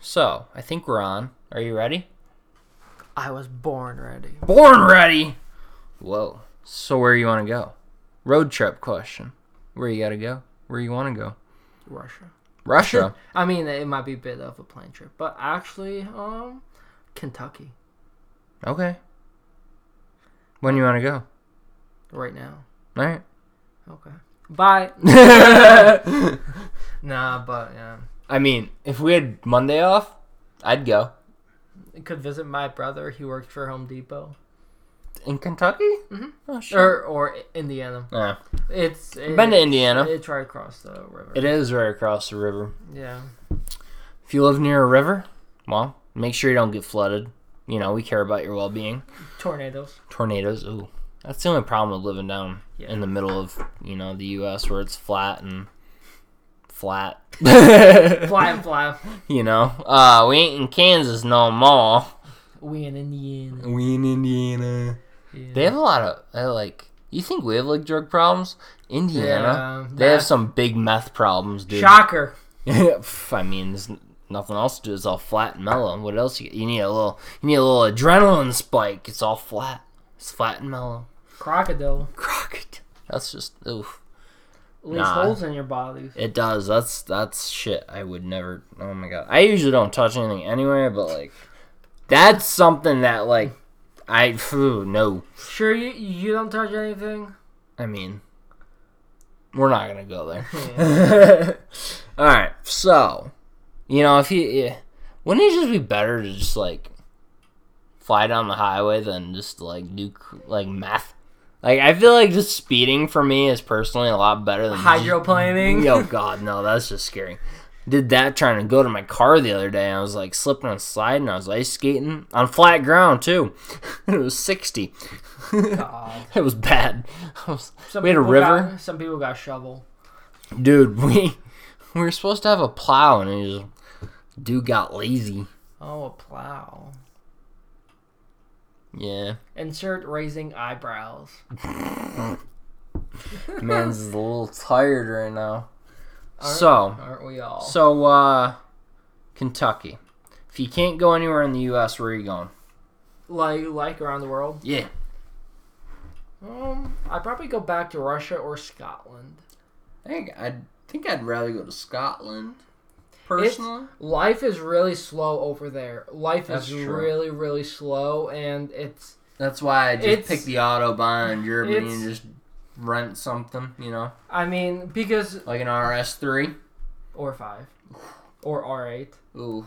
So, I think we're on. Are you ready? I was born ready. Born ready! Whoa. So, where you want to go? Road trip question. Where you got to go? Where you want to go? Russia. Russia. I mean, it might be a bit of a plane trip, but actually, um, Kentucky okay. When you want to go? right now. All right. Okay. Bye. nah, but yeah, I mean, if we had Monday off, I'd go. could visit my brother. He works for Home Depot In Kentucky? Mm-hmm. Oh, sure. or or Indiana. yeah. It's it, Been to Indiana. It's right across the river. It is right across the river. yeah. If you live near a river, well, make sure you don't get flooded. You know, we care about your well being. Tornadoes. Tornadoes, ooh. That's the only problem with living down Yeah. in the middle of, you know, the US where it's flat and flat. Fly and fly. you know. Uh we ain't in Kansas no more. We in Indiana. We in Indiana. Yeah. They have a lot of uh, like you think we have like drug problems? Indiana. Yeah, they have meth. some big meth problems, dude. Shocker. Pff, I mean, there's n- nothing else to do. It's all flat and mellow. What else? You, you need a little. You need a little adrenaline spike. It's all flat. It's flat and mellow. Crocodile. Crockett. That's just oof. Leaves Nah. holes in your bodies. It does. That's that's shit. I would never. Oh my god. I usually don't touch anything anyway, but like, that's something that like, I phew, no. Sure, you you don't touch anything. I mean, we're not gonna go there. Yeah. All right, so you know if you yeah, wouldn't it just be better to just like fly down the highway than just to, like do cr- like meth? Like I feel like just speeding for me is personally a lot better than Hydroplaning. Oh god, no, that's just scary. Did that trying to go to my car the other day. and I was like slipping and sliding. I was ice skating on flat ground too. it was sixty. God. It was bad. I was- Some we had a people river. Got, some people got shovel. Dude, we we were supposed to have a plow, and it just dude got lazy. Oh, a plow. Yeah, Insert raising eyebrows. Hmm. man's a little tired right now. Aren't- So, aren't we all? Mm-hmm. so uh, Kentucky. If you can't go anywhere in the U.S., where are you going? like like around the world. Yeah, Um, I'd probably go back to Russia or Scotland. I think I'd think I'd rather go to Scotland. It's- life is really slow over there. Life That's is true. really really slow, and it's that's why I It's- just picked the autobahn in Germany and it's- just rent something, you know, I mean because like an RS three. or five or R eight. Ooh,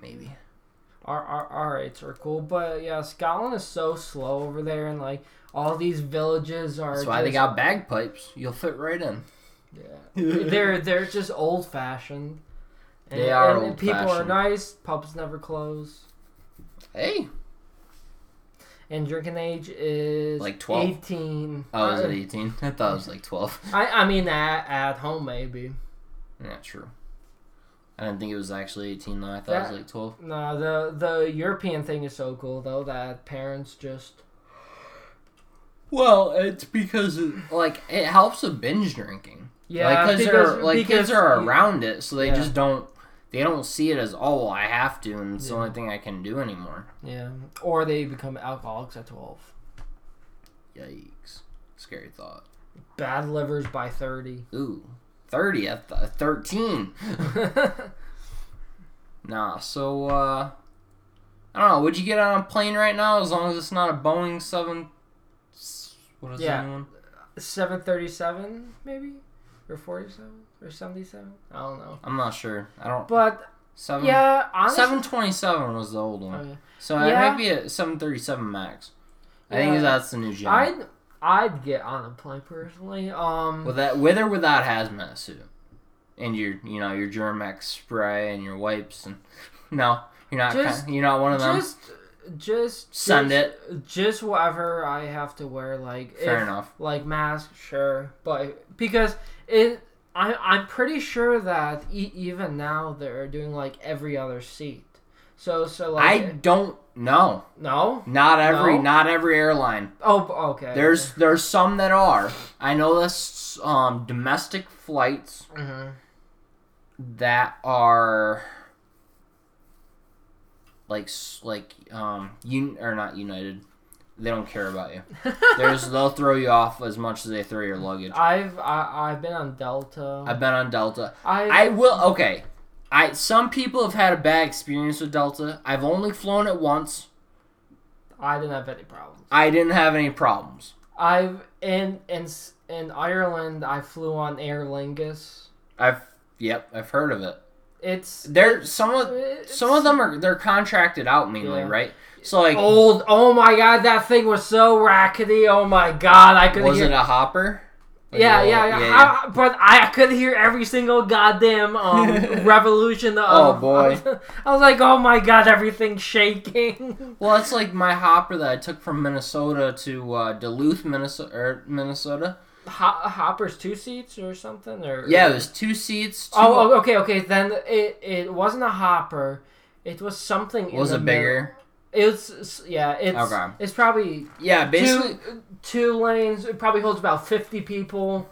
maybe. Our our R eights are cool, but yeah, Scotland is so slow over there, and like all these villages are. That's why they just- got bagpipes. You'll fit right in. Yeah. they're they're just old fashioned. They are people are old-fashioned. nice. Pubs never close. Hey. And drinking age is Like Oh, 12. eighteen. I was Uh, at 18. I thought I was like 12. I, I mean at, at home maybe. Yeah, true. I didn't think it was actually 18 though. I thought it That- was like 12. No, the the European thing is so cool though that parents just Well, it's because it, like it helps with binge drinking. Yeah, like, because because- they're like because kids are you- around it, so they Yeah. just don't they don't see it as oh well, I have to and it's the Yeah. only thing I can do anymore. yeah, or they become alcoholics at twelve. Yikes! Scary thought. Bad livers by thirty. Ooh, uh, 30 at th- 13. Nah, so uh I don't know, would you get on a plane right now as long as it's not a Boeing 7 what is Yeah. that one? Seven thirty-seven maybe, or forty-seven or seventy-seven. I don't know. I'm not sure. I don't But 7 yeah, honestly, 727 was the old one. Okay. So Yeah. it might be a 737 Max. I think Yeah. that's the new gen. I'd I'd get on a plane personally. Um, with that with or without hazmat suit. And your, you know, your Germex spray and your wipes and no, you're not Just- kind- you're not one of them. just just Send just, it. Just whatever I have to wear, like Fair if- enough. Like mask, sure, but because it, I I'm pretty sure that e- even now they're doing like every other seat. So so I like don't know. no Not every No? not every airline oh b- okay There's there's some Mm-hmm. that are. I know that's um domestic flights hmm that are like s- like um you or not united. They don't care about you. There's they'll throw you off as much as they throw your luggage. I've I, I've been on Delta. I've been on Delta. I, I will okay. I some people have had a bad experience with Delta. I've only flown it once. I didn't have any problems. I didn't have any problems. I've in in S- in Ireland. I flew on Aer Lingus. I've yep, I've heard of it. It's There some of it's some of them are they're contracted out mainly, Yeah. right? So like old. Oh my god, that thing was so rackety. Oh my god, I could was hear. it a hopper? Like yeah, a yeah, little- yeah, I- but I could hear every single goddamn um, revolution. Of, Oh, boy. I was like, oh my god, everything's shaking. Well, that's like my hopper that I took from Minnesota to uh, Duluth, Minnesota. Er, Minnesota. Ho- Hopper's two seats or something, or Yeah, it was two seats. Two, Oh, oh, okay, okay. Then it it wasn't a hopper. It was something. in was the it middle. bigger? It's yeah. It's Okay. it's probably Yeah, basically. two two lanes. It probably holds about fifty people.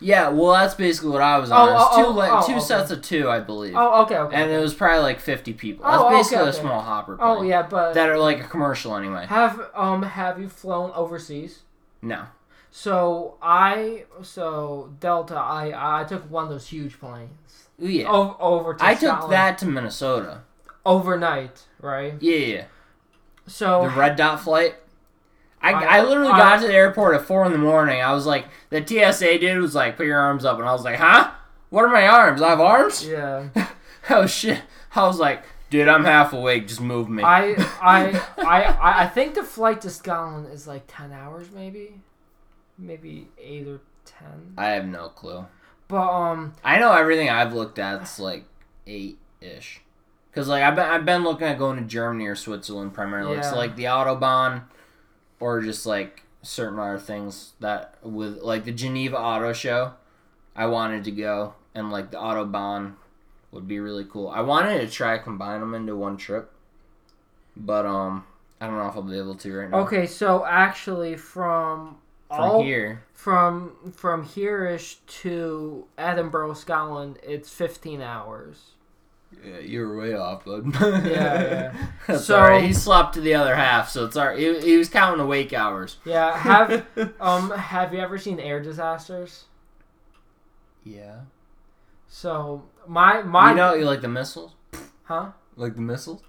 Yeah, well, that's basically what I was on. Oh, It was oh, two, oh, like, oh, two okay. sets of two, I believe. Oh, okay, okay. And it was probably like 50 people. Oh, That's okay, basically okay. a small hopper plane. oh yeah, but That are like a commercial anyway. have um have you flown overseas? No. So I so Delta I I took one of those huge planes Ooh, yeah. over, over to I took Scotland that to Minnesota. overnight, right? Yeah, yeah. So The red dot flight. I, I- I, literally I- got to the airport at four in the morning. I was like, the TSA dude was like, put your arms up, and I was like, huh? What are my arms? I have arms? yeah. Oh shit! I was like, dude, I'm half awake. Just move me. I, I I I I think the flight to Scotland is like ten hours, maybe, maybe eight or ten. I have no clue. But um, I know everything I've looked at. It's like eight ish. Cause like I've been I've been looking at going to Germany or Switzerland primarily. Yeah. So like the autobahn, or just like certain other things that with like the Geneva Auto Show, I wanted to go and like the autobahn would be really cool. I wanted to try to combine them into one trip, but um I don't know if I'll be able to right now. okay, so actually, from From all here, from from hereish to Edinburgh, Scotland, it's fifteen hours. Yeah, you were way off, bud. yeah. That's So- alright. He slept the other half, so it's alright. He, he was counting awake hours. Yeah, have um have you ever seen air disasters? Yeah. So my my You know, you like the missiles? huh? Like the missiles?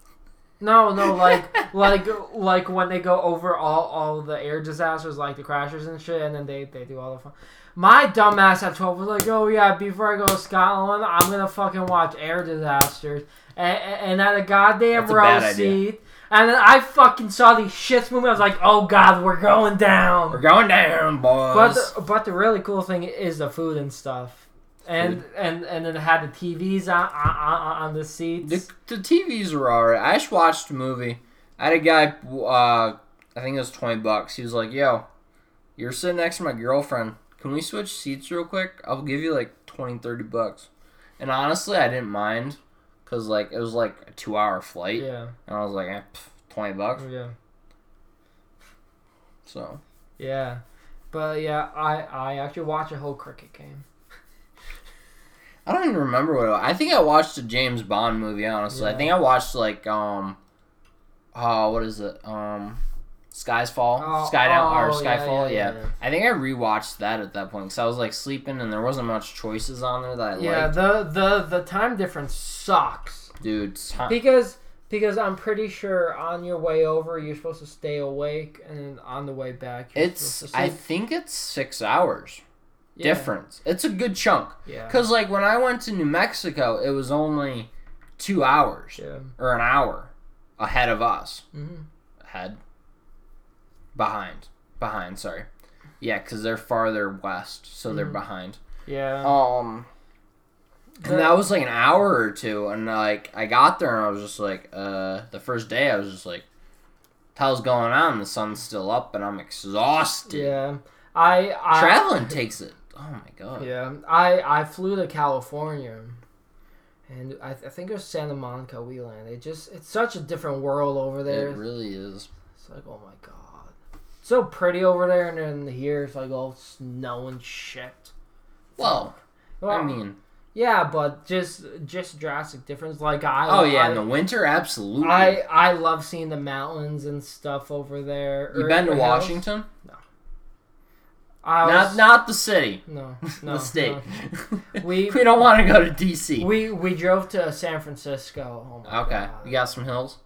No, no, like like like when they go over all all the air disasters, like the crashes and shit, and then they they do all the fun. My dumbass at twelve was like, "Oh yeah, before I go to Scotland, I'm gonna fucking watch air disasters," and, and at a goddamn That's a row bad idea. seat. And then I fucking saw these shits moving. I was like, "Oh god, we're going down." We're going down, boys. But the, but the really cool thing is the food and stuff, and and and then it had the TVs on on, on on the seats. the, the TVs were alright. I just watched a movie. I had a guy, uh, I think it was 20 bucks. He was like, yo, you're sitting next to my girlfriend. Can we switch seats real quick? I'll give you like 20, 30 bucks. And honestly, I didn't mind because, like, it was like a two hour flight. yeah, And I was like, eh, pff, 20 bucks. yeah. So. Yeah, but yeah, I I actually watched a whole cricket game. I don't even remember what it was. I think I watched a James Bond movie, honestly. I Yeah. think I watched like um oh what is it? Um Sky's Fall. Oh, Sky Down or oh, yeah, Skyfall, yeah, yeah, yeah. I think I rewatched that at that point because I was like sleeping and there wasn't much choices on there that I Yeah, liked. the the the time difference sucks Dude, ti- because because I'm pretty sure on your way over you're supposed to stay awake, and then on the way back you're it's supposed to I sleep. think it's six hours Yeah, difference. It's a good chunk. Yeah, Cause like when I went to New Mexico, it was only two hours yeah. or an hour ahead of us. hmm Head. Behind. Behind, sorry. Yeah, because they're farther west, so they're Mhm. behind. yeah. Um, The- and that was like an hour or two, and like I got there and I was just like, uh, the first day I was just like, "What the hell's going on? The sun's still up, and I'm exhausted. yeah. I I Traveling takes it. Oh my god. yeah I I flew to California. And I, I think it was Santa Monica we landed. It just it's such a different world over there. It really is. It's like, oh my god. So pretty over there, and then here it's like all snow and shit. Well, Well, I mean, Yeah, but just just drastic difference. Like I, Oh yeah, I, in the winter, absolutely. I I love seeing the mountains and stuff over there. you or- been to or hills. Washington? I was, Not not the city, no, no, the state. We- we don't want to go to no. DC. We we drove to San Francisco. Oh my okay, God. you got some hills.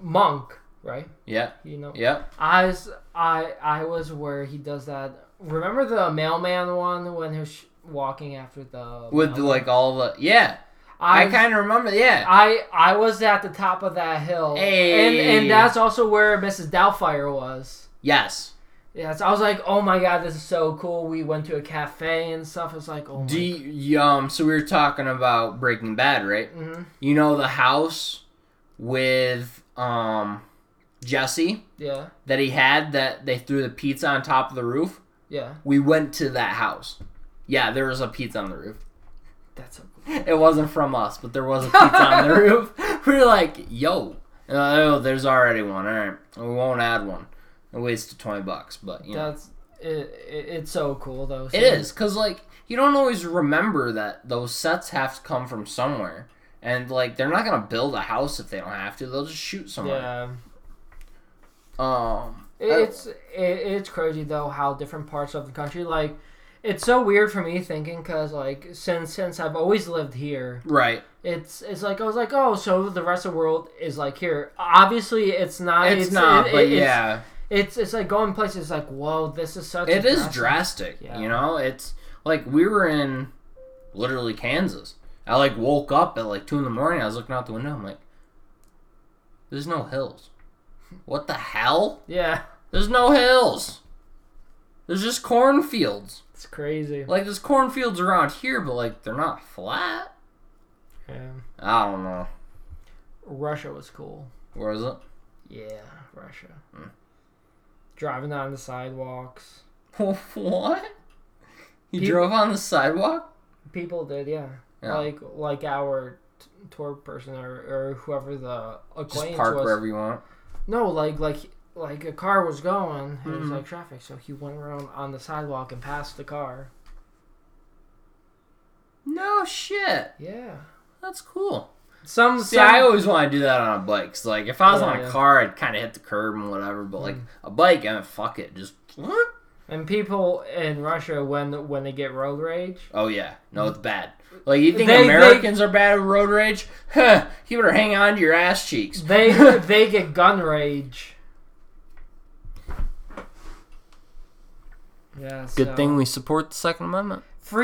Monk, right? Yeah, You know, yeah. I was I I was where he does that. Remember the mailman one when he was sh- walking after the With mailman? like all the yeah, I, was- kind of remember. Yeah, I I was at the top of that hill, Hey. and and that's also where Mrs. Doubtfire was. yes. Yeah, so I was like, oh my god, this is so cool. We went to a cafe and stuff. It's like, oh my. Do you, um. So we were talking about Breaking Bad, right? Mhm. You know the house with um Jesse Yeah, that he had that they threw the pizza on top of the roof. yeah, We went to that house. Yeah, there was a pizza on the roof. that's so cool. It wasn't from us, but there was a pizza on the roof. We were like, yo. And, Oh, there's already one. All right. We won't add one. A waste of 20 bucks, but you know. That's it, it. It's so cool though. It is, because, like, you don't always remember that those sets have to come from somewhere. And, like, they're not going to build a house if they don't have to. They'll just shoot somewhere. Yeah, Um, It- it's it, it's crazy though how different parts of the country like. It's so weird for me thinking because like since since I've always lived here, Right. it's it's like I was like oh so the rest of the world is like here. Obviously, it's not. It's, not, it- but it- it's- yeah. It's it's like going places like whoa, this is such. It a is drastic- drastic. Yeah. You know, it's like we were in literally Kansas. I like woke up at like two in the morning. I was looking out the window. I'm like, there's no hills. What the hell? Yeah, There's no hills. There's just cornfields. it's crazy. Like there's cornfields around here, but like they're not flat. Yeah. I don't know. Russia was cool. Where is it? Yeah, Russia. Hmm. Driving on the sidewalks, what? You Peop- drove on the sidewalk? people did yeah, Yeah. like like our t- tour person or, or whoever the Just acquaintance park was. wherever you want. No, like like like a car was going and it was Mhm. like traffic, so he went around on the sidewalk and passed the car. No shit. Yeah. That's cool. Some See, some- I always want to do that on a bike. 'cause, like, if I was Yeah, on a yeah. car, I'd kind of hit the curb and whatever. But like a bike, I mean, fuck it, just. and people in Russia when when they get road rage, Oh yeah, no, it's bad. Like you think They- they- Americans are bad at road rage? Huh? You better hang on to your ass cheeks. They they get gun rage. Yeah. so- we support the Second Amendment.